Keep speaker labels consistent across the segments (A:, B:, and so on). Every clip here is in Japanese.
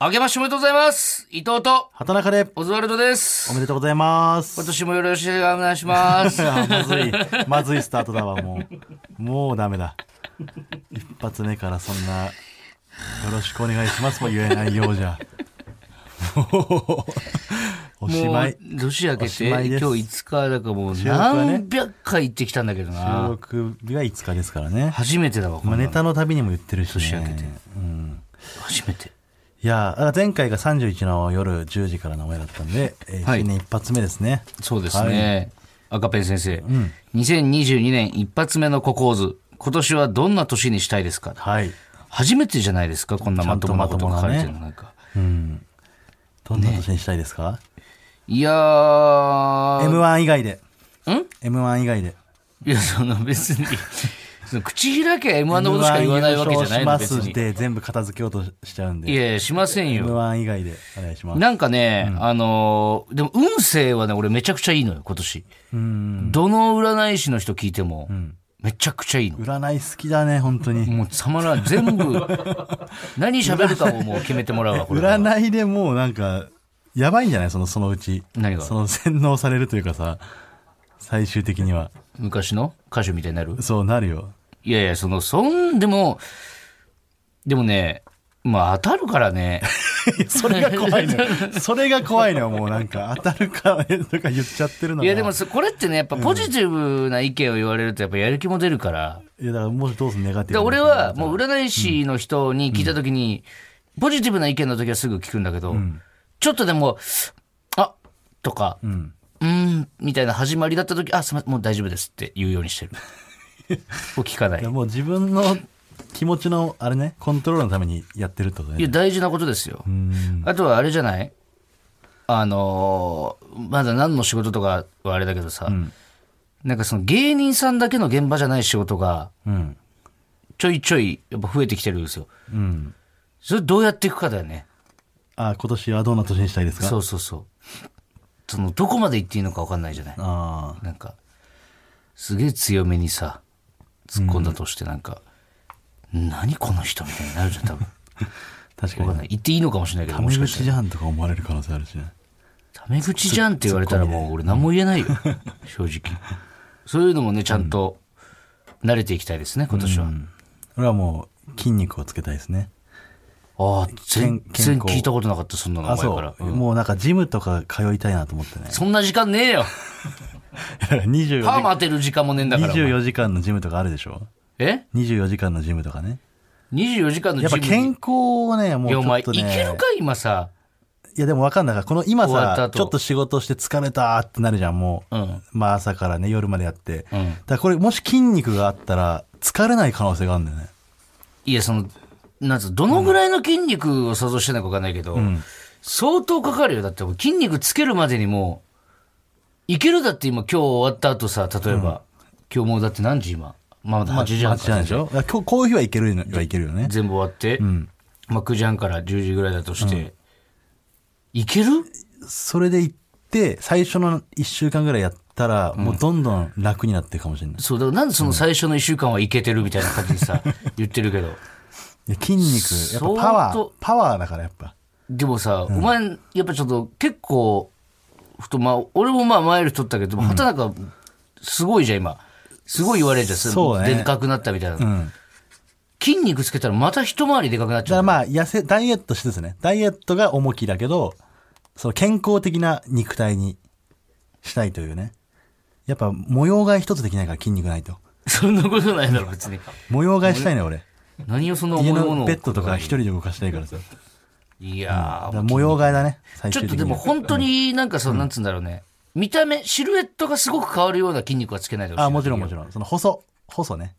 A: 明けましておめでとうございます。伊藤と、
B: 畑中で、
A: オズワルドで
B: お
A: す。
B: めでとうございます。
A: 今年もよろしくお願いし ます。
B: あまずい、まずいスタートだわ、もう。もうダメだ。一発目からそんな、よろしくお願いしますも言えないようじゃ。もうおし
A: も
B: ま
A: う
B: い。、
A: 年明け
B: お
A: て、
B: しまいです
A: 今日5日だからもう
B: 収録はね
A: 何百回行ってきたんだけど
B: 収
A: な。
B: 録日は5日ですからね。
A: 初めてだわ、こん
B: まあ、
A: なの
B: ネタのたびにも言ってるし、ね。
A: 年明けて
B: うん。
A: 初めて。
B: いや、あ前回が31の夜10時からのお前だったんで、えー
A: はい
B: 新年一発目ですね。
A: そうですね。赤ペン先生。2022年一発目のココーズ。今年はどんな年にしたいですか
B: はい。
A: 初めてじゃないですかこんなまともなことが書いて
B: ちゃ
A: る
B: んとまともな
A: の。なんか。
B: うん。どんな年にしたいですか、
A: いやー。
B: M1 以外で。
A: ん
B: M1 以外で。
A: いや、その別に、その口開け M1 のことしか言わないわけじゃないの、
B: M1
A: 別
B: 優勝します
A: に。
B: で全部片付けようとしちゃうん
A: い
B: で。
A: やいや、しませんよ。
B: M1 以外でお願いします。
A: なんかね、あのー、でも運勢はね、俺めちゃくちゃいいのよ、今年。
B: うん。
A: どの占い師の人聞いても、めちゃくちゃいいの。
B: 占い好きだね、本当に。
A: もうたまらん。 全部、何喋るかをもう決めてもらうわ、これから。
B: 占いでもうなんか、やばいんじゃないその、そのうち。
A: 何が
B: その洗脳されるというかさ、最終的には。
A: 昔の歌手みたいになる
B: そうなるよ。
A: いやいや、その、そん、でも、でもね、まあ当たるから ね。
B: いやそれが怖いの よ。それが怖いのよ、もうなんか、当たるか、とか言っちゃってるのが
A: いやでも、そこれってね、やっぱポジティブな意見を言われるとやっぱやる気も出るから。
B: いやだからもしどうすんネガ
A: で
B: ティブな
A: 俺はもう占い師の人に聞いた時に、ポジティブな意見の時はすぐ聞くんだけど、ちょっとでも「あとか「うーん」みたいな始まりだった時「あすみませんもう大丈夫です」って言うように してるを聞かない
B: いやもう自分の気持ちの、あれね、コントロールのためにやってるってこと
A: いや
B: ね。
A: 大事なことですよ
B: うん。
A: あとはあれじゃないあのーまだ何の仕事とかはあれだけどさ、なんかその芸人さんだけの現場じゃない仕事が
B: うん。
A: ちょいちょいやっぱ増えてきてるんですよ
B: うん。
A: それどうやっていくかだよね
B: あ今年はどんな年にしたいですか
A: そうそうそう。その、どこまで行っていいのか分かんないじゃない。
B: あ
A: なんか、すげえ強めにさ、突っ込んだとしてなんか、何この人みたいになるじゃん、多分。
B: あ 確
A: 分かん
B: かに
A: ない。言っていいのかもしれないけど、
B: タ
A: も
B: メ
A: しかし
B: 口
A: て。
B: じゃんとか思われる可能性あるしね
A: タメ口じゃんって言われたらもう俺何も言え ないよ。正直。そういうのもね、ちゃんと慣れていきたいですね、今年は。
B: 俺はもう筋肉をつけたいですね
A: ああ、全然
B: 健康
A: 聞いたことなかった、そんなの
B: あ
A: 前
B: そ
A: から
B: う、。もうなんかジムとか通いたいなと思 ってね
A: そんな時間ねえよ。
B: 24
A: パー
B: 時
A: マ当てる時間もねえんだから。お前
B: 24時間のジムとかあるでしょ
A: え
B: 24時間のジムとかね
A: ?24 時間の
B: やっ
A: ジ
B: ぱ
A: ムに
B: 健康をねも
A: いや、
B: う
A: お
B: ちょ
A: 前、
B: っと
A: いける
B: ね
A: か、今さ。
B: いやでもわかんないからこの今
A: 終わった
B: さ
A: 後
B: ちょっと仕事して疲れたってなるじゃんもう、
A: うん
B: まあ朝からね夜までやって、
A: うん
B: だからこれもし筋肉があったら疲れない可能性があるんだよね
A: いや、その、なんつうのどのぐらいの筋肉を想像してないかわかんないけど、相当かかるよ。だって、筋肉つけるまでにもう、いけるだって今、今日終わった後さ、例えば、今日もうだって何時今まあ、まだ
B: ま
A: 8
B: あ
A: 時半
B: 8時半でしょだから今日こういう日はいけるのはいけるよね
A: 全部終わって、まあ9時半から10時ぐらいだとして、いける
B: それで行って、最初の1週間ぐらいやったら、もうどんどん楽になってるかもしれない。
A: そう、だからなんでその最初の1週間はいけてるみたいな感じで さ、言ってるけど。
B: いや筋肉、やっぱパ
A: 相
B: ワー
A: 当、
B: パワーだからやっぱ。
A: でもさ、お前、やっぱちょっと結構、ふと、まあ、俺もまあマイル取ったけど、畑中、すごいじゃん、今。すごい言われるじゃん、
B: そうね
A: でかくなったみたいな、
B: うん。だ
A: 筋肉つけたらまた一回りでかくなっち
B: か
A: ゃ
B: ら
A: う。
B: まあ、痩せ、ダイエットしてですね。ダイエットが重きだけど、その健康的な肉体にしたいというね。やっぱ模様替え一つできないから筋肉ないと。
A: そんなことないだろ、別に。
B: 模様替えしたいね、俺。
A: 何をそんな重
B: 家
A: いもの
B: の
A: を。
B: ベッドとか一人で動かしたいからさ。
A: い
B: だ
A: や
B: か
A: ー、
B: ら模様替えだね、最
A: ちょ
B: 終
A: っと
B: 的
A: で
B: に
A: も
B: は。
A: 本当になんかその、なんつうんだろうね。見た目、シルエットがすごく変わるような筋肉はつけないでほしい。
B: あ、もちろんもちろん。その細、細ね。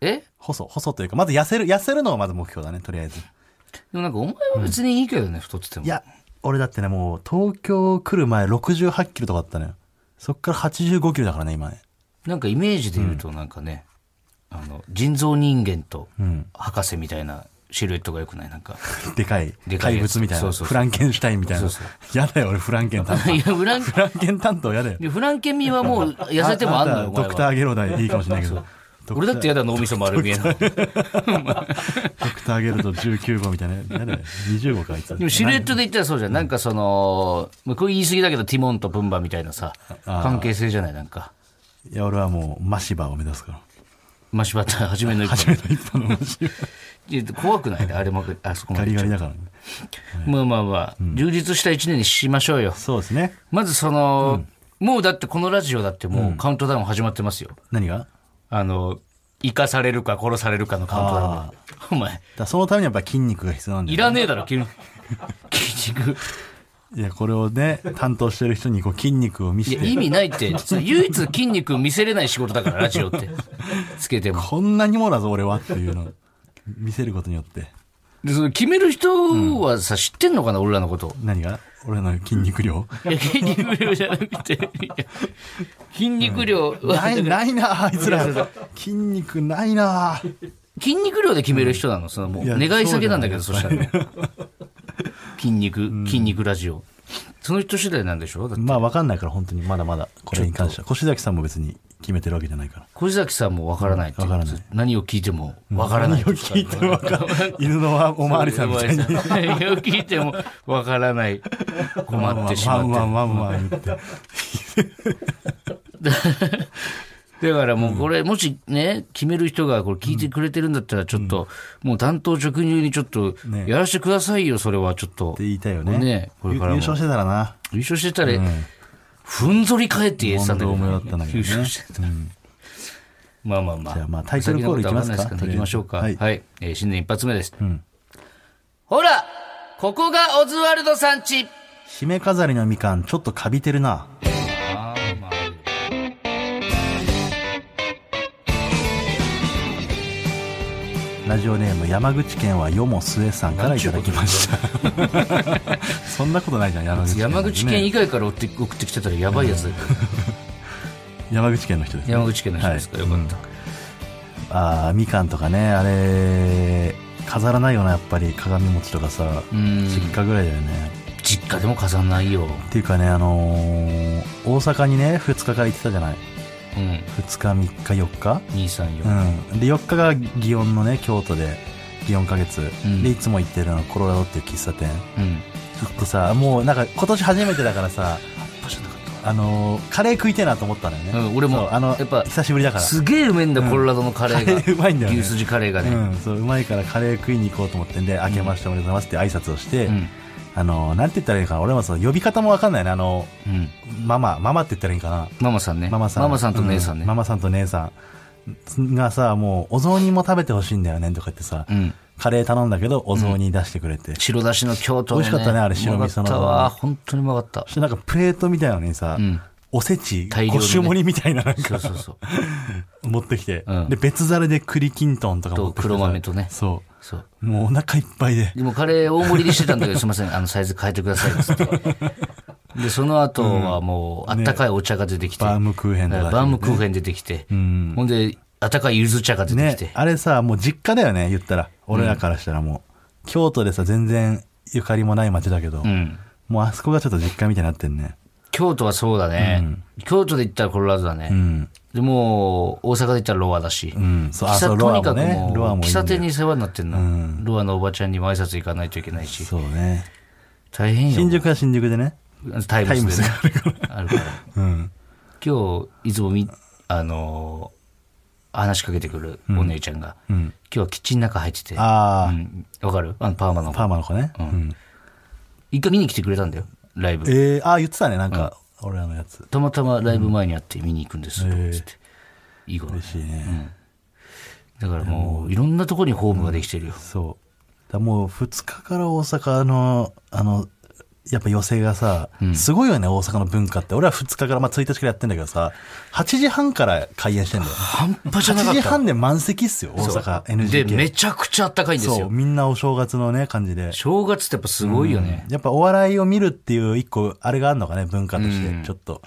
A: ろん。え
B: 細、細というか、まず痩せる、痩せるのがまず目標だね、とりあえず。
A: でもなんかお前は別にいいけどね、太ってても。
B: いや、俺だってね、もう東京来る前68キロとかあったのよ。そっから85キロだからね、今ね。
A: なんかイメージで言うとなんかね、あの人造人間と
B: ん
A: 博士みたいなシルエットがよくないなんか
B: でかい
A: でかい
B: 怪
A: やつ
B: 物みたいな。
A: そうそうそう
B: フランケンシュタインみたいな。
A: そうそう
B: やだよ、俺フランケン担当。
A: いやフラン
B: フランケン担当やだよ。
A: フランケンミはもう痩せてもあんのよ
B: あ
A: お
B: た
A: 前
B: ドクタ
A: は
B: ーゲロダイいいかもしれないけど。
A: 俺だって嫌だ脳みそ丸見えの。で
B: ドクターゲルト19号みたいな。なんだよ20号か、あいつ。
A: もシルエットで言ったらそうじゃん。なんかその、まあこれ言い過ぎだけど、ティモンとプンバみたいなさ、関係性じゃないなんか。
B: いや、俺はもう、マシバを目指すから。
A: マシバタ、初めの一
B: 初めの一歩のマシバ。
A: 歩。いや怖くないねあれも、あそこま
B: ガリ
A: で。
B: ガリだからね。
A: まあまあまあ、充実した一年にしましょうよ。
B: そうですね。
A: まずその、もうだってこのラジオだってもうカウントダウン始まってますよ。
B: 何が
A: あの、生かされるか殺されるかのカウントダウンで。お前、
B: だそのためにやっぱ筋肉が必要なんだ
A: い
B: よ、
A: ら
B: ね。
A: ねえだろ、筋 筋肉。
B: いや、これをね、担当してる人にこう筋肉を見
A: い
B: せ
A: や、
B: て、
A: 意味ないって。それ唯一筋肉見せれない仕事だから、ラジオって。つけても。
B: こんなにもだぞ俺はっていうのを見せることによって。
A: で、その決める人はさ、知ってんのかな、俺らのこと。
B: 何が俺の筋肉量
A: いや、筋肉量じゃなくて。いや筋肉量は、
B: ない、ないなあいつら。筋肉ないなあ
A: 筋肉量で決める人なの、そのもう、
B: いや
A: 願い下げなんだけど、そしたらね。筋肉、筋肉ラジオ。その人次第なんでしょだって
B: まあわかんないから本当にまだまだこれに関しては。越崎さんも別に決めてるわけじゃないから。
A: 小路崎さんもわからないって言う
B: わからない
A: 何を聞いてもわからないって言ってた
B: 聞いてもわかんない。犬のわおまわりさんみたいに。
A: 何を聞いてもわからない。困ってしま
B: ワ
A: って
B: ン
A: る
B: ワンワンワン言って。
A: だからもうこれ、もしね、決める人がこれ聞いてくれてるんだったら、ちょっと、もう担当直入にちょっと、
B: ね
A: やらせてくださいよ、それはちょっと。
B: って言いたいよね。
A: ねこれ
B: 優
A: からも
B: 勝してたらな。
A: 優勝してたら、ふんぞり返って言えてたんだけど、
B: 問答無用だったんだけど
A: 優
B: ね
A: 勝してたら。まあまあまあ。
B: じゃあまあタイトルコールいきま
A: 先のことは分
B: すか
A: んないですらね
B: とりあえ
A: 行
B: ず
A: きましょうか。は
B: はいい。
A: えー新年一発目です。ほらここがオズワルドさんち
B: 締め飾りのみかん、ちょっとかびてるな。
A: あーまあ
B: ラジオネーム山口県はよもすえさんからいただきました。そんなことないじゃん、山口県、
A: 山口県以外から送って送ってきてたらやばいやつだよ
B: 山口県の人です、ね。
A: 山口県の人ですか、よかった。
B: ああ、みかんとかね、あれ、飾らないよな、やっぱり鏡餅とかさ、
A: うん
B: 実家ぐらいだよね。
A: 実家でも飾んないよ。
B: っていうかね、あのー大阪にね、2日から行ってたじゃない。
A: うん。
B: 2日、3日、4日
A: 兄さんよ。
B: うん、で4日が祇園のね京都で祇園花月、
A: うん
B: でいつも行ってるあのコロラドっていう喫茶店
A: うん。
B: ちょっとさもうなんか今年初めてだからさあのーカレー食いてえなと思ったのよね、
A: うん俺も
B: そうあの
A: やっぱ
B: 久しぶりだから
A: すげえうめえんだ、コロラドのカレーが。
B: カレーうまいんだよね
A: 牛すじカレーが
B: う
A: ね。
B: ん、そううまいからカレー食いに行こうと思ってんで、明けましておめでとうございますって挨拶をして、
A: うん。
B: あのーなんて言ったらいいのかな俺もその呼び方もわかんないねあの
A: うん。
B: ママママって言ったらいいのかな
A: ママさんね。
B: ママさん。
A: と姉さん
B: う
A: ね
B: マ。マさんと姉さんがさ、もう、お雑煮も食べてほしいんだよね、とか言ってさ、
A: うん。
B: カレー頼んだけど、お雑煮出してくれて。そ
A: 白だしの京都の
B: 美味しかったねあれ白味噌の
A: うまかったわ。本当にうまかった。
B: してなんかプレートみたいなのにさ、
A: ん
B: おせち、
A: 大量のね
B: ご種盛りみたいななん
A: そう
B: か
A: そうそう。
B: 持ってきて、
A: うん
B: で、別皿で栗きんとんとか持ってきてさ。
A: と黒豆とね
B: そ
A: そう。
B: う。もうお腹いっぱいで。
A: でもカレー大盛りにしてたんだけど、すいません、あのサイズ変えてくださいっつって。で、その後はもう、あったかいお茶が出てきて。
B: バームクーヘンとか、
A: バームクーヘン出てきて。
B: ん
A: ほんで、あったかいゆず茶が出てき
B: ね
A: て。、
B: あれさ、もう実家だよね、言ったら。俺らからしたらもう、京都でさ、全然ゆかりもない街だけど、
A: うん。
B: もうあそこがちょっと実家みたいになってんね。
A: 京都はそうだね。京都で言ったらコロラドだね。
B: うん。
A: でもう、大阪で言ったらロアだし。
B: うん、そう、あ、
A: 喫茶
B: そう、
A: と
B: ロア
A: にか
B: も
A: くも
B: ね。
A: う
B: ロアもいいんだ
A: 喫
B: よ
A: 茶店に世話になってんの、
B: うん
A: ロアのおばちゃんにも挨拶行かないといけないし。
B: そうね。
A: 大変よ。
B: 新宿は新宿でね。
A: タイムスで、ね
B: タ。
A: あるから。
B: うん。
A: 今日、いつもみ、あのー話しかけてくるお姉ちゃんが、今日はキッチンの中入ってて、わ、
B: ああ、
A: うん、わかるあのパーマの子。
B: パーマの子ね。うん。
A: 一回見に来てくれたんだよ、ライブ。
B: えー、ああ、言ってたね、なんか、俺らのやつ。
A: たまたまライブ前に会って見に行くんですよ、つって。いい子だね
B: 嬉しいね。
A: だからもう、いろんなところにホームができてるよ。
B: そう。だもう、2日から大阪の、あの、やっぱ寄席がさ、すごいよね、大阪の文化って。俺は2日から、まあ1日からやってんだけどさ、8時半から開演してんだよ。
A: 半端じゃなか
B: 8
A: っ
B: 時
A: た。
B: 半で満席っすよ、大
A: そう
B: 阪
A: で、
B: NGK。
A: めちゃくちゃあったかいんです
B: そう、
A: よ。
B: みんなお正月のね、感じで。
A: 正月ってやっぱすごいよね。
B: やっぱお笑いを見るっていう一個、あれがあるのかね、文化として。ちょっと。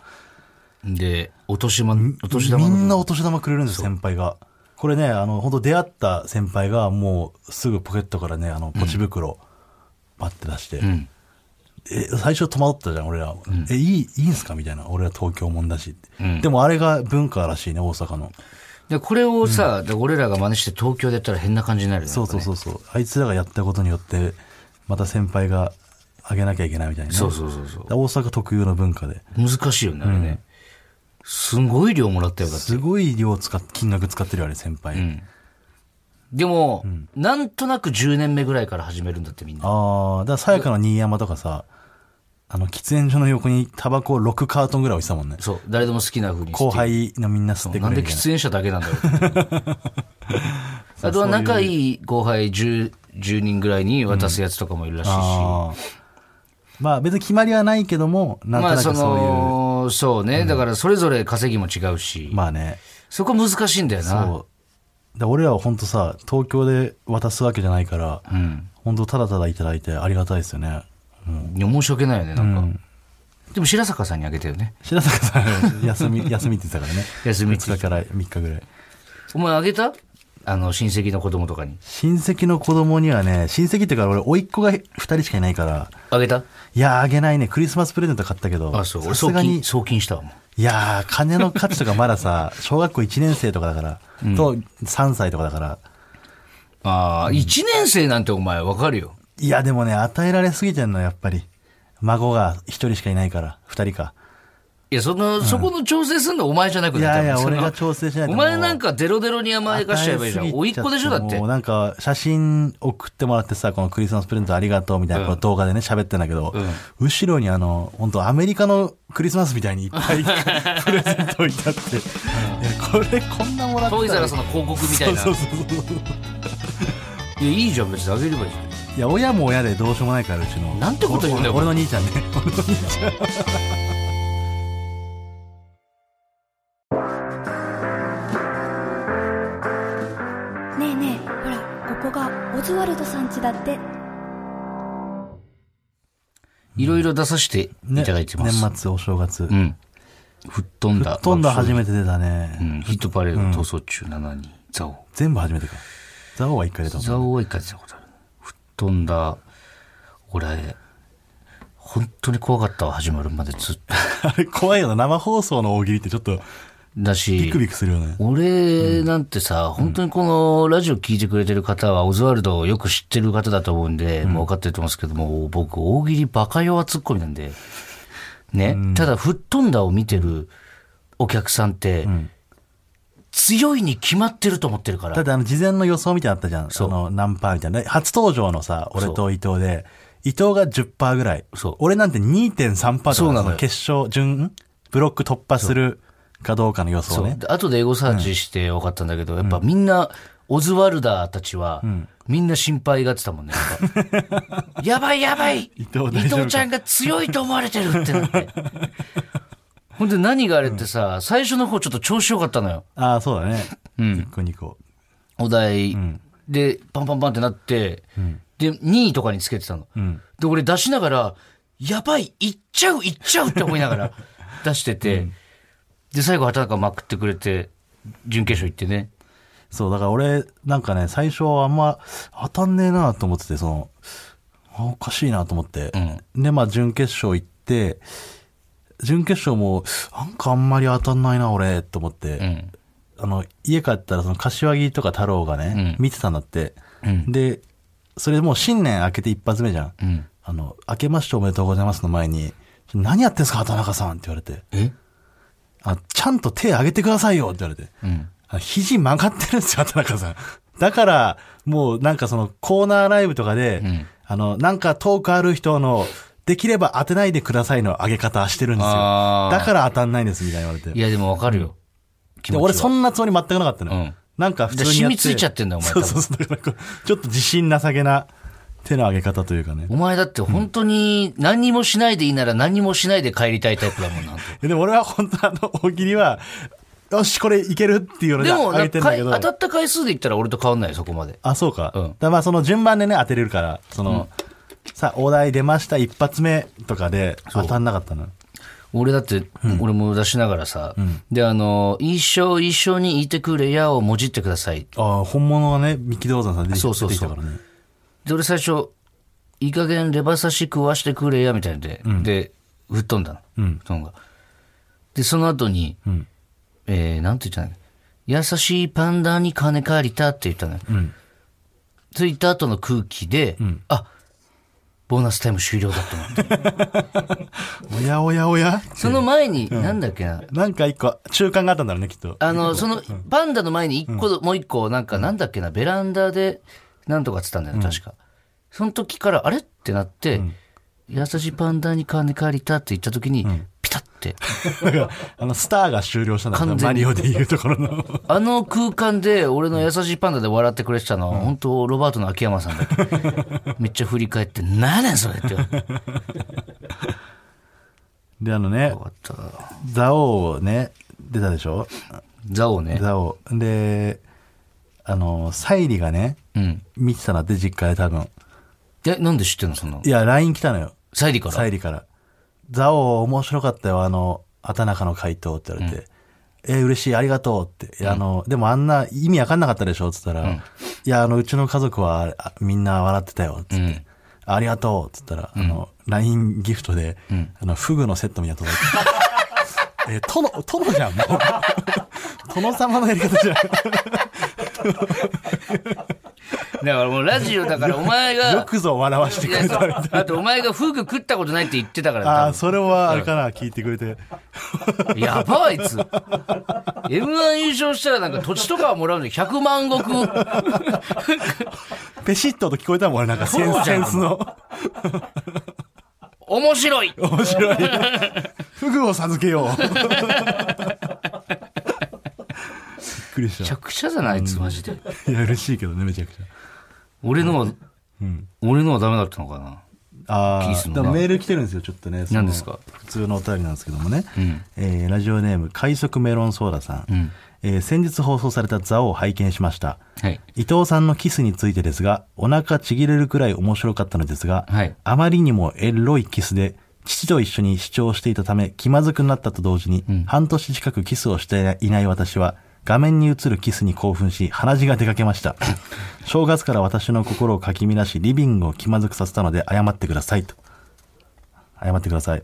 A: で、お年玉、お年
B: み
A: 玉の
B: んなお年玉くれるんですよ、先輩が。これね、あの、本当出会った先輩が、もう、すぐポケットからね、あの、ポチ袋、バッて出して、
A: ん
B: え、最初戸惑ったじゃん、俺ら。え、いい、いいんすかみたいな。俺ら東京もんだしって、
A: うん
B: でもあれが文化らしいね、大阪の。
A: で、これをさ、で俺らが真似して東京でやったら変な感じになるよね。
B: そうそうそうそう。あいつらがやったことによって、また先輩があげなきゃいけないみたいな、ね。
A: そうそうそうそう。
B: 大阪特有の文化で。
A: 難しいよね、あれね。すごい量もらったよ、だって。
B: すごい量使っ、金額使ってるよ、あれ、先輩。
A: でも、なんとなく10年目ぐらいから始めるんだってみんな。
B: ああ、だからさやかの新山とかさ、あの、喫煙所の横にタバコ6カートンぐらい置いてたもんね。
A: そう、誰でも好きな風にして
B: 後輩のみんな吸ってく
A: なん
B: れ
A: で
B: るみたい
A: 喫煙者だけなんだろう。 あとは仲いい後輩 10, 10人ぐらいに渡すやつとかもいるらしいし。
B: あーまあ別に決まりはないけども、なんと
A: ま
B: な
A: あ
B: く
A: そう
B: そいう、まあ、
A: の、そうね。だからそれぞれ稼ぎも違うし、
B: ね、
A: そこ難しいんだよな。
B: そう。だ俺らは本当さ、東京で渡すわけじゃないから、本当ただただいただいてありがたいですよね。
A: いや申し訳ないよね、なんか。でも白坂さんにあげたよね。
B: 白坂さん、休 み、休みって言ってたからね。
A: 休みって
B: 2日から3日ぐらい。
A: お前あげたあの、親戚の子供とかに。
B: 親戚の子供にはね、親戚っていうか俺、甥っ子が2人しかいないから、
A: あげた
B: いやー、あげないね。クリスマスプレゼント買ったけど、
A: あ、そう。俺
B: さす
A: 送
B: がに
A: 金、、送金したわ、もう。
B: いやー、金の価値とかま ださ、小学校1年生とかだから、と3歳とかだから、
A: ああ、一年生なんてお前わかるよ。
B: いや、でもね、与えられすぎてんの、やっぱり。孫が1人しかいないから、2人か。
A: いや、その、そこの調整すんのお前じゃなくて。
B: いやいや
A: 多分その
B: 俺が調整しないと
A: お前なんかデロデロに甘やかしちゃえばいいじゃ
B: 与
A: ん。
B: えすぎ
A: おいっ子でしょだって
B: もう。なんか、写真送ってもらってさ、このクリスマスプレゼントありがとうみたいな、こう動画でね、喋ってんだけど、後ろにあの、本当アメリカのクリスマスみたいにいっぱい プレゼント置いてあって、いや、これこんなもらった
A: トイザ
B: ら
A: らスの広告みたいな。
B: そうそうそうそう。
A: いや、いいじゃん、別にあげればいいじ
B: いや、親も親でどうしようもないから、うちの。
A: なんてこと言うんだよ
B: お俺の兄ちゃんね。俺の兄ちゃん。
C: ねえねえほらここがオズワルドさん家だって
A: ゃん。いろいろ出させてい
B: ね
A: ただいてます。
B: 年末、お正
A: う
B: 月。
A: ん。吹っ飛んだ。
B: ほとんど初
A: め
B: めて出た
A: う
B: ね。
A: ん。ヒットパレード逃走中7人。ザオ。
B: 全部初めてか。ザオは一回出たもん。
A: ザオは一回出たことある。吹っ飛んだ。俺、本当に怖かったわ、始まるまでずっと。
B: あれ怖いよな。生放送の大喜利ってちょっと
A: だし。
B: ビクビクするよね。
A: 俺なんてさ、本当にこのラジオ聞いてくれてる方は、オズワルドをよく知ってる方だと思うんで、もう分かってると思うんですけども、僕、大喜利バカ弱ツッコミなんで、ね、ただ、吹っ飛んだを見てるお客さんって、強いに決まってると思ってるか
B: だっ
A: ら、
B: てあの事前の予想みたいなのあったじゃん。その何パーみたいな。初登場のさ、俺と伊藤で、伊藤が10パーぐらい。
A: そう
B: 俺なんて2.3パー
A: そうなのよ
B: 決勝、準、んブロック突破するかどうかの予想
A: そう
B: ね。
A: で後でエゴサーチして分かったんだけど、やっぱみんな、オズワルダーたちは、みんな心配がってたもんね。やっぱ やばいやばい
B: 伊藤大丈夫か
A: ちゃんが強いと思われてるってなって。ほんで何があれってさ、最初の方ちょっと調子良かったのよ。
B: ああ、そうだね。うん。1個2個。
A: お題、で、パンパンパンってなって、で、2位とかにつけてたの。で、俺出しながら、やばい、いっちゃう、いっちゃうって思いながら出してて、で、最後畑中まくってくれて、準決勝行ってね。
B: そう、だから俺、なんかね、最初はあんま当たんねえなと思ってて、その、あおかしいなと思って。で、まあ、準決勝行って、準決勝も、なんかあんまり当たんないな、俺、と思って。
A: うん。
B: あの、家帰ったら、その、柏木とか太郎がね、見てたんだって。で、それもう新年明けて一発目じゃん。あの、明けましておめでとうございますの前に、何やってんすか、畑中さんって言われて。
A: え
B: あ、ちゃんと手上げてくださいよって言われて。あ肘曲がってるんですよ、田中さん。 だから、もうなんかそのコーナーライブとかで、あの、なんかトークある人の、できれば当てないでくださいの上げ方してるんですよ。
A: あー
B: だから当たんないんですみたいに言われ
A: い
B: て。
A: や、でもわかるよ。気
B: で
A: 持ちは
B: 俺そんなつもり全くなかったのよ。
A: うん
B: なんか普通にやって。
A: 染みついちゃってんだよお前
B: そうそうそう。だからこうちょっと自信なさげな手の上げ方というかね。
A: お前だって本当に何にもしないでいいなら何もしないで帰りたいタイプだもんな。
B: でも俺は本当あの、大喜利は、よし、これいけるっていうので
A: でも
B: 上
A: なん
B: げて
A: か
B: んだけど。
A: 当たった回数で言ったら俺と変わんないよ、そこまで。
B: あ、そうか。
A: うん
B: だからまあその順番でね、当てれるから、その、さ、お題出ました、一発目とかで当たんなかったの。
A: 俺だって、俺も出しながらさ、で、あの、一生一生にいてくれやをもじってください。
B: ああ、本物がね、三木道山さん出てき
A: そうそうそう
B: 出てきたからね。
A: で、俺最初、いい加減レバ刺し食わしてくれや、みたいなんで、で、吹っ飛んだの。そのがで、その後に、えー、なんて言ったの優しいパンダに金借りたって言ったのよ。ついた後の空気で、あ、ボーナスタイム終了だ と思って。
B: おやおやおや
A: その前に、なんだっけな、
B: なんか一個、中間があったんだろうね、きっ と。
A: あの、その、パンダの前に一個、もう一個、なんか、なんだっけな、ベランダで、なんとかっつったんだよ、確か。その時から、あれってなって、優しいパンダに金借りたって言った時に、ピタって、
B: だから、あの、スターが終了したんだ
A: 完全に
B: マリオで言うところの。
A: あの空間で、俺の優しいパンダで笑ってくれてたのは、本当、ロバートの秋山さ んだけ。めっちゃ振り返って、なねんそれって。
B: で、あのね、ザオをね、出たでしょ
A: ザオね。
B: ザオ。で、あの、サイリがね、
A: うん。
B: 見てたなって実家で多分。
A: え、なんで知ってんのそんなの
B: い。や、LINE 来たのよ。
A: サイリか
B: サ
A: ら。
B: イリから。ザオ面白かったよ、あの、畑中の回答って言われて。えー嬉しい、ありがとうって。いやあの、でもあんな意味わかんなかったでしょって言ったら、いや、あの、うちの家族はあみんな笑ってたよってって、ありがとうって言ったら、あの、LINE ギフトで、あの、フグのセットみたいなの 届いて。えー、殿、殿じゃん、もう。 殿様のやり方じゃん。
A: だからもうラジオだから、お前
B: よ
A: が、
B: くぞ笑わして
A: い
B: く
A: や
B: れ
A: そ
B: たみたいな。
A: うあとお前がフグ食ったことないって言ってたから多分
B: ああー、それはあれかな、聞いてくれて。
A: やばあいつ。M1 優勝したらなんか土地とかはもらうのに100万石。
B: ペシッとと聞こえたもん、俺なんかセン
A: そう
B: ス
A: じゃ
B: セ
A: ん
B: ンスの。
A: 面白い
B: 面白い。フグを授けよう。びっくりし
A: めち
B: た
A: ゃ。くちゃだな、あいつマジで。
B: いや、嬉しいけどね、めちゃくちゃ。
A: 俺のは、俺のはダメだったのかな。
B: あ
A: キー
B: あ、
A: スの
B: で
A: な
B: もメール来てるんですよ、ちょっとね。その
A: 何ですか
B: 普通のお便りなんですけどもね。えーラジオネーム、快速メロンソーダさん。えー先日放送されたザオを拝見しました。
A: はい。
B: 伊藤さんのキスについてですが、お腹ちぎれるくらい面白かったのですが、
A: はい
B: あまりにもエロいキスで、父と一緒に主張していたため気まずくなったと同時に、半年近くキスをしていない私は、画面に映るキスに興奮し、鼻血が出かけ ました。正月から私の心をかき乱し、リビングを気まずくさせたので、謝ってくださいと。謝ってください。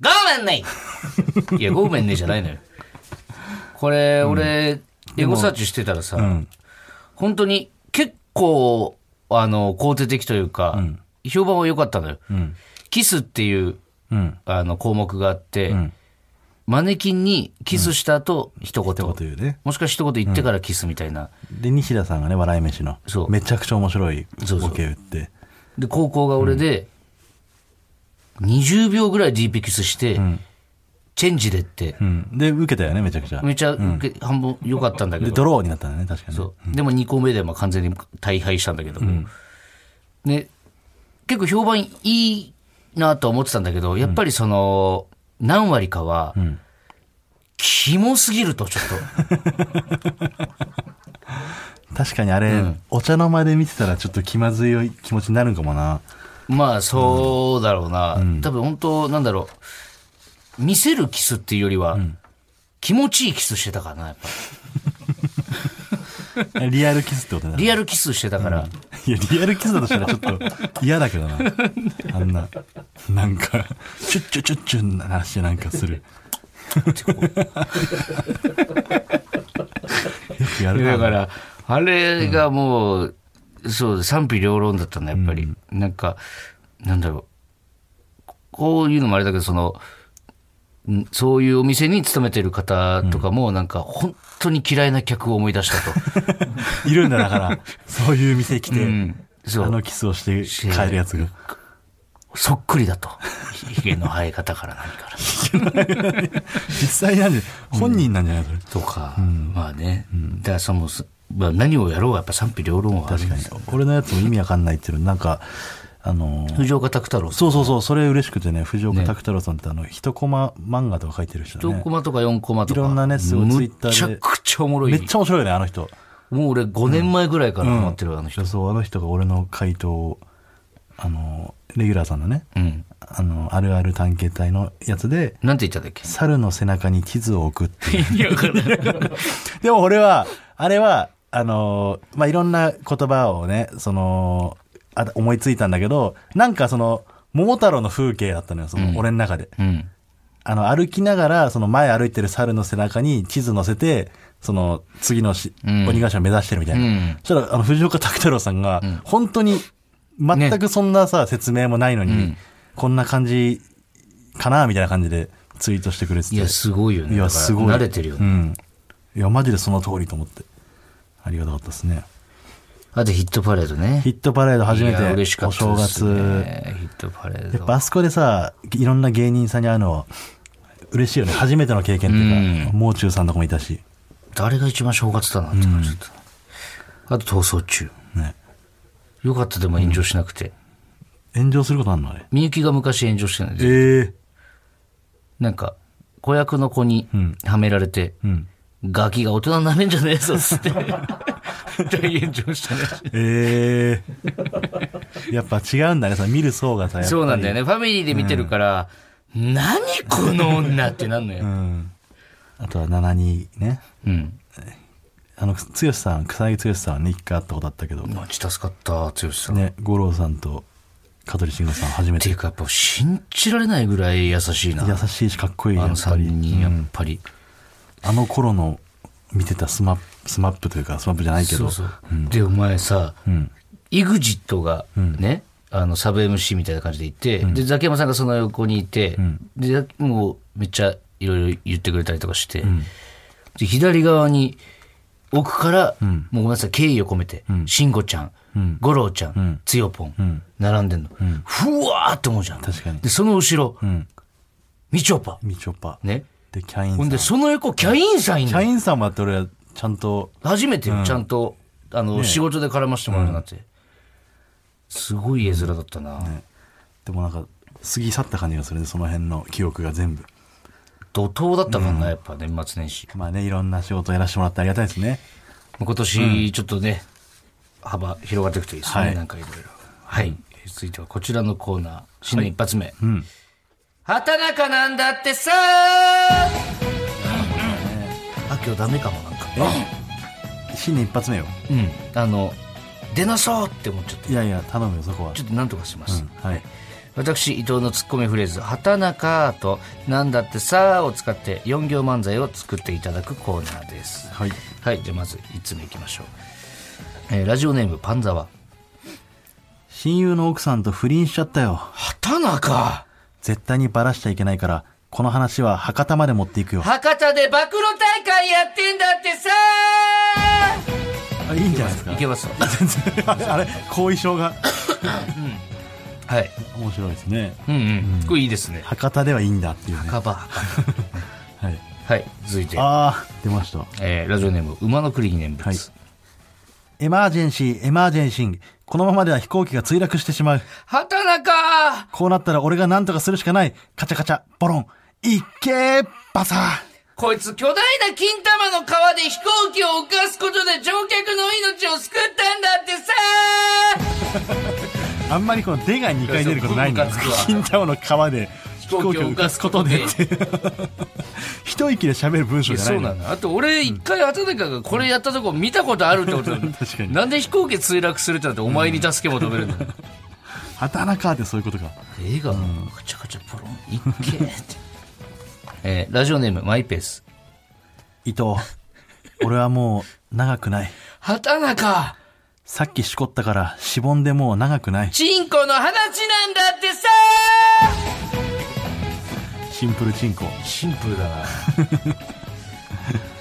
A: ごめんねいや、ごめんねじゃないのよ。これ、俺、エゴサーチしてたらさ、本当に結構、あの、肯定的というか、評判は良かったのよ。キスっていう、
B: うん。
A: あの、項目があって、マネキンにキスした後、一言。
B: というね。
A: もしかして一言言ってからキスみたいな。
B: で、西田さんがね、笑い飯の
A: そ、う
B: めちゃくちゃ面白い
A: そうそう
B: ボケ打って、
A: で、高校が俺で、20秒ぐらいディープキスして、チェンジでって、
B: うん。で、受けたよね、めちゃくちゃ。
A: めちゃ受け半分良かったんだけ
B: で、
A: ど、
B: ドローになったんだね、確かに。
A: そうでも2個目でまあ完全に大敗したんだけども、ね、結構評判いいなとは思ってたんだけど、やっぱりその、何割かは、キモすぎるとちょっと。
B: 確かにあれ、お茶の間で見てたらちょっと気まずい気持ちになるんかもな。
A: まあそうだろうな、多分本当なんだろう見せるキスっていうよりは、気持ちいいキスしてたからなやっぱ
B: リアルキスってことだな。い
A: リアルキスしてたから、
B: や、リアルキスだとしたらちょっと嫌だけどな。あんな、なんか、チュッチュチュッチュな話なんかする。よくやる
A: い
B: な。
A: やだ からあれがもう、そう賛否両論だったんだやっぱり、なんかなんだろうこういうのもあれだけどそのんそういうお店に勤めてる方とかも、なんか本当に嫌いな客を思い出したと、
B: いるんだ、だから、そういう店来て、
A: うんそう
B: あのキスをして帰るやつが。
A: そっくりだとひげの生え方から何から
B: 実際なんで、本人なんじゃないそれ。
A: とか、まあね、だからその、すまあ、何をやろうはやっぱ賛否両論はある
B: 確かに。俺のやつも意味わかんないっていうの、なんか、あのー
A: 藤岡拓太郎さん
B: そうそうそう、それ嬉しくてね、藤岡拓太郎さんってあの、一コマ漫画とか書いてる人だ
A: 1
B: ね
A: コ。マとか4コマとか
B: いろんなねすごいツイッターで
A: むちゃくちゃおもろい
B: めっちゃ面白いよね、あの人。
A: もう俺5年前ぐらいからハマってる、あの人
B: そう、あの人が俺の回答を、あの、レギュラーさんのね、
A: うん
B: あの、あるある探検隊のやつで、
A: なんて言ったんだっけ
B: 猿の背中に地図を置くっていう。でも俺は、あれは、あのーまあ、いろんな言葉をね、その、あ思いついたんだけど、なんかその、桃太郎の風景だったのよ、その、俺の中で。
A: うん
B: あの、歩きながら、その前歩いてる猿の背中に地図乗せて、その、次のし、鬼ヶ島目指してるみたいな。
A: うん
B: そしたら、あの、藤岡拓太郎さんが、本当に、全くそんなさ、説明もないのに、こんな感じ、かなみたいな感じで、ツイートしてくれてて。
A: いや、すごいよね。
B: いや
A: だから
B: すごい
A: 慣れてるよ
B: う
A: ね。
B: ん。いや、マジでその通りと思って。ありがたかったですね。
A: あとヒットパレードね。
B: ヒットパレード初め
A: いや
B: て、
A: 嬉しか
B: お
A: った
B: 正
A: です
B: 月。
A: ね。ヒットパレ
B: や
A: ー
B: っ
A: ド。
B: ぱあそこでさ、いろんな芸人さんに会うのは、嬉しいよね。初めての経験っていうか、もう中さんとかもいたし。
A: 誰が一番正月だなって感じだった。あと逃走中。
B: ね。
A: よかったでも炎上しなくて。
B: 炎上することあんのあれ。
A: みゆきが昔炎上してないで、
B: え
A: なんか、子役の子にはめられて、ガキが大人になめんじゃねえぞっつって、 大炎上したね。
B: えええ やっぱ違うんだね、さ、見る層がさ、やっぱ り
A: そうなんだよね。ファミリーで見てるから、何この女ってなんのよ。
B: うん。あとは7人ね。
A: うん。
B: あの、剛さん、草薙剛さんはね、一回会ったことあったけど、
A: マジ助かった、剛さん。
B: ね、五郎さんと香取慎吾さん初め
A: ってい
B: て
A: う。か、やっぱ信じられないぐらい優しいな。
B: 優しいし、かっこいい。
A: あ
B: や
A: の
B: っぱ
A: 3
B: り。
A: 人にやっぱり。
B: あの頃の見てたスマップ、スマップというか、スマップじゃないけ
A: そ
B: ど
A: う、そう。で、お前さ、イグジットがね、あの、サブ MC みたいな感じでいて、で、ザキヤマさんがその横にいて、で、もうめっちゃいろいろ言ってくれたりとかして、で、左側に、奥から、もうごめんなさい、敬意を込めて、慎吾ちゃん、五郎ちゃん、つよぽん、並んでんの。ふわーって思うじゃん。
B: 確かに
A: で、その後ろ、みちょぱ。
B: みちょぱ。
A: ね。
B: で、キャイン
A: ほんで、
B: さん。
A: その横、キャインさんいん
B: キ
A: の
B: ャインさんもあって俺はちゃんと、
A: 初めてよちゃんと、あの、仕事で絡ませてもらうようになって。すごい絵面だったな。
B: でもなんか、過ぎ去った感じがするね、その辺の記憶が全部。
A: 怒涛だったからな、やっぱ年末年始。
B: まあね、いろんな仕事やらせてもらってありがたいですね。
A: 今年、ちょっとね、幅広がっていくといいですね、
B: はい
A: なんかいろいろ。はい。え続いてはこちらのコーナー、新年一発目。畑中なんだってさあ、今日ダメかも、なんか。
B: 新年一発目よ。
A: うん。あの、出なそうって思っちゃって。
B: いやいや、頼むよ、そこは
A: ち。ょっとなんとかします。
B: はい。
A: 私伊藤のツッコミフレーズ「畑中」と「なんだってさ」を使って4行漫才を作っていただくコーナーです
B: はい
A: はい、じゃあまず1つ目いきましょう、えーラジオネームパンザワ
B: 親友の奥さんと不倫しちゃったよ。
A: 畑中
B: 絶対にバラしちゃいけないから、この話は博多まで持っていくよ。
A: 博多で暴露大会やってんだってさ
B: あいいんじゃないです
A: いけます
B: か。あれ、後遺症が。
A: はい
B: 面白いですね。
A: うんうん、これいいですね
B: 博多ではいいんだっていうね。
A: 博多博
B: はい。
A: 多はい続いて、
B: ああ、出ました。
A: えーラジオネーム馬の栗に念仏、
B: はいエマージェンシー、エマージェンシング。このままでは飛行機が墜落してしまう。
A: 畑中
B: こうなったら俺が何とかするしかない。カチャカチャ、ボロン。いっけー、バサー。
A: こいつ巨大な金玉の皮で飛行機を浮かすことで乗客の命を救ったんだってさ
B: あんまりこの出が2回出ることないんだ
A: そうムカつくわ
B: 金玉の皮で飛行機を浮かすことでって。一息で喋る文章じゃない
A: そう
B: の
A: なのあと俺一回畑中がこれやったとこ見たことあるってことだ
B: 確かに
A: なんで飛行機墜落するってなってお前に助け求めるんだよ
B: 畑中ってそういうことか。
A: 映画のカチャカチャポロンいっけーって、 えーラジオネームマイペース
B: 伊藤、俺はもう長くない。
A: 畑中
B: さっきしこったから、しぼんでもう長くない。
A: チンコの話なんだってさ
B: シンプルチ ンコ。
A: シンプルだな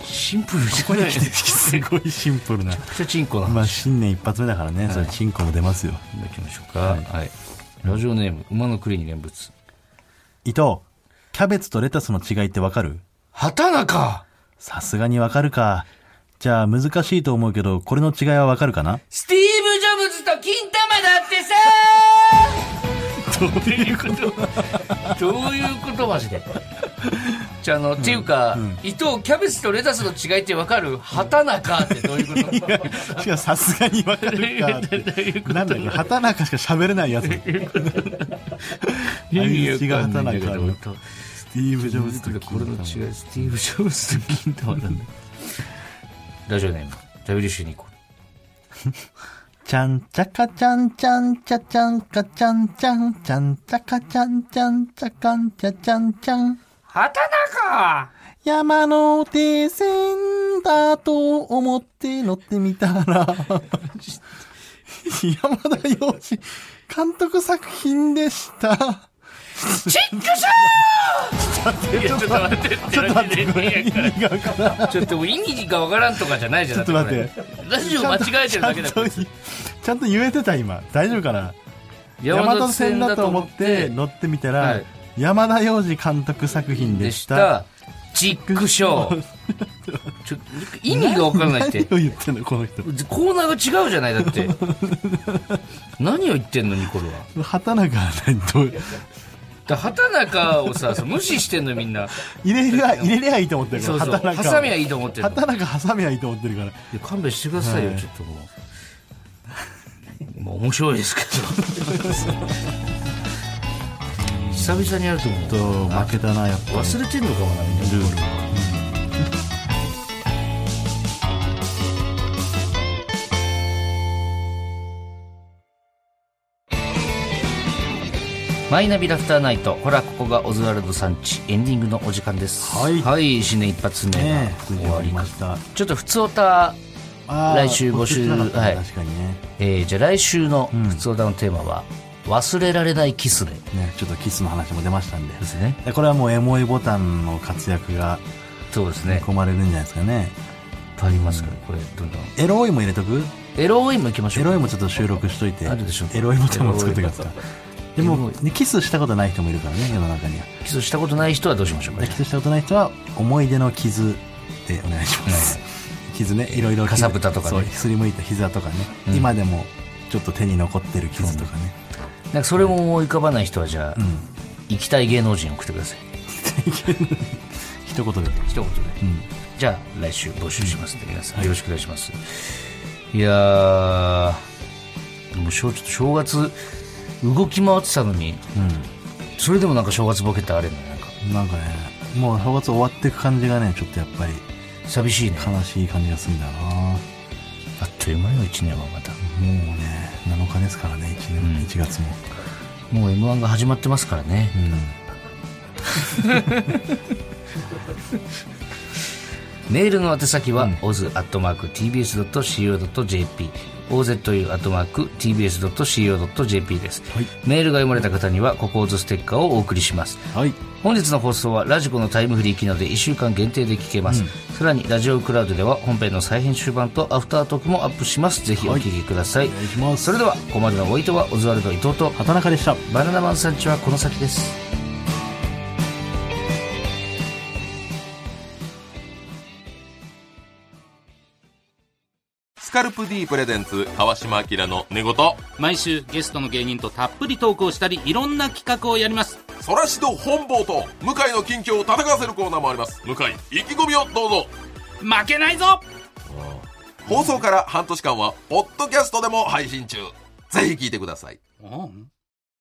A: シンプルじゃない
B: すごいシンプルな。
A: チンコの話
B: まあ新年一発目だからね、それチンコも出ますよ。
A: いきましょうか、はいラジオネーム馬の栗に念仏
B: 伊藤、キャベツとレタスの違いってわかる
A: 畑中
B: さすがにわかるか。じゃあ難しいと思うけど、これの違いはわかるかな
A: スティーブ・ジョブズと金玉だってさどういうことどういうことマジでじゃああの、っていうか、伊藤キャベツとレタスの違いってわかる畑中ってどういうこと
B: しかさすがにわかるかって。なんだっけ、畑中しか喋れないやつ。ステ
A: 意味わかんない
B: 意味が畑中
A: こ
B: ィーブ・ジョブズと
A: れ
B: 金玉
A: の違いスティーブ・ジョブズと金玉なんだラジオネーム WC に行こう
B: ちゃんちゃかちゃんちゃんちゃちゃんかちゃんちゃんちゃんちゃかちゃんちゃんちゃかんちゃちゃんちゃん
A: 畑中
B: 山の手線んだと思って乗ってみたら、山田洋次監督作品でした。
A: チックショーちょっと待って、ちょっと待って、ちょっともう意味がわからんとかじゃないじゃん。
B: ちょっと待って
A: だてこれラジオ間違えてるだけだ
B: ちゃんとちゃんとちゃんと言えてた今。大丈夫かな山
A: 山
B: 田
A: 手
B: 線
A: 線
B: だ
A: だ
B: と
A: と
B: 思
A: 思
B: っ
A: ってて
B: 乗ってみたら、
A: はい
B: 山田洋次監督作品で
A: で
B: し
A: したた。チックショー。ちょ意味がわからないって。
B: 何を言ってんのこの人
A: コーナーが違うじゃないだって。何を言ってんのニコルは。
B: 畑中は何どう
A: だ畑中をさ、その無視してんのみんな。
B: 入れりゃ入れりゃいいと思ってるか
A: そう
B: ら
A: そう。
B: 畑中
A: ハサミはいいと思ってるの。
B: 畑中ハサミはいいと思ってるから
A: いや勘弁してくださいよ、
B: はい
A: ちょっともうもう面白いですけど久々にやると思う
B: ちょっと負けたなやっぱ
A: 忘れてんのかもなみんな
B: ルール
A: マイナビラフターナイトほらここがオズワルドさんちエンディングのお時間です
B: はい
A: 新年一発目が
B: ねえ
A: 終
B: 終
A: わ
B: わ
A: り
B: り
A: か
B: ました
A: ちょっと普通歌、
B: あー
A: 来週募集
B: こっち来なかったね
A: はい
B: 確かにね
A: えーじゃあ来週の普通歌のテーマは「忘れられないキスで」
B: ねちょっとキスの話も出ましたんで
A: ですね
B: でこれはもうエモいボタンの活躍が
A: そうです
B: 見
A: ね
B: 込まれるんじゃないですかね
A: いっぱいありますからこれどんどん
B: エロいも入れとく
A: エロいもいきましょ
B: エ
A: う
B: ロいもちょっと収録しといて
A: あるでしょ
B: エロいボタンも作ってくださいで
A: エ
B: も
A: ロい
B: ねキスしたことない人もいるからね世の中には
A: キスしたことない人はどうしましょうか
B: でキスしたことない人は思い出の傷でお願いします傷ねいろいろ傷
A: かさぶたとかね
B: そうすりむいた膝とかね、
A: うん
B: 今でもちょっと手に残ってる傷とかね
A: なんかそれも思い浮かばない人はじゃあ、
B: うん
A: 行きたい芸能人送ってください
B: 一言で
A: 一言で、
B: ん
A: じゃあ来週募集しますんで皆さんよろしくお願いします、い、やーもうしょうちょっと正月動き回ってたのにそれでもなんか正月ボケってあれねなんか
B: うんなんかねもう正月終わってく感じがねちょっとやっぱり
A: 寂しいね
B: 悲しい感じがするんだよなも
A: あっという間よ1年はまた
B: うね7日ですからね1年、1月も
A: もう m 1が始まってますからね、 メールの宛先は、oz.tbs.co.jp ozu.tbs.co.jp です、
B: はい
A: メールが読まれた方にはここオズステッカーをお送りします
B: はい
A: 本日の放送はラジコのタイムフリー機能で1週間限定で聞けます、さらにラジオクラウドでは本編の再編集版とアフタートークもアップしますぜひお聞きください、
B: お願いします
A: それではここまでのお相手はオズワルド伊藤と
B: 畑中でした
A: バナナマンさんちはこの先です
D: スカルプ D プレゼンツ川島明の寝言
E: 毎週ゲストの芸人とたっぷりトークをしたりいろんな企画をやります
D: そらしど本坊と向井の近況を戦わせるコーナーもあります向井意気込みをどうぞ
E: 負けないぞ
D: 放送から半年間はポッドキャストでも配信中ぜひ聞いてください
E: うん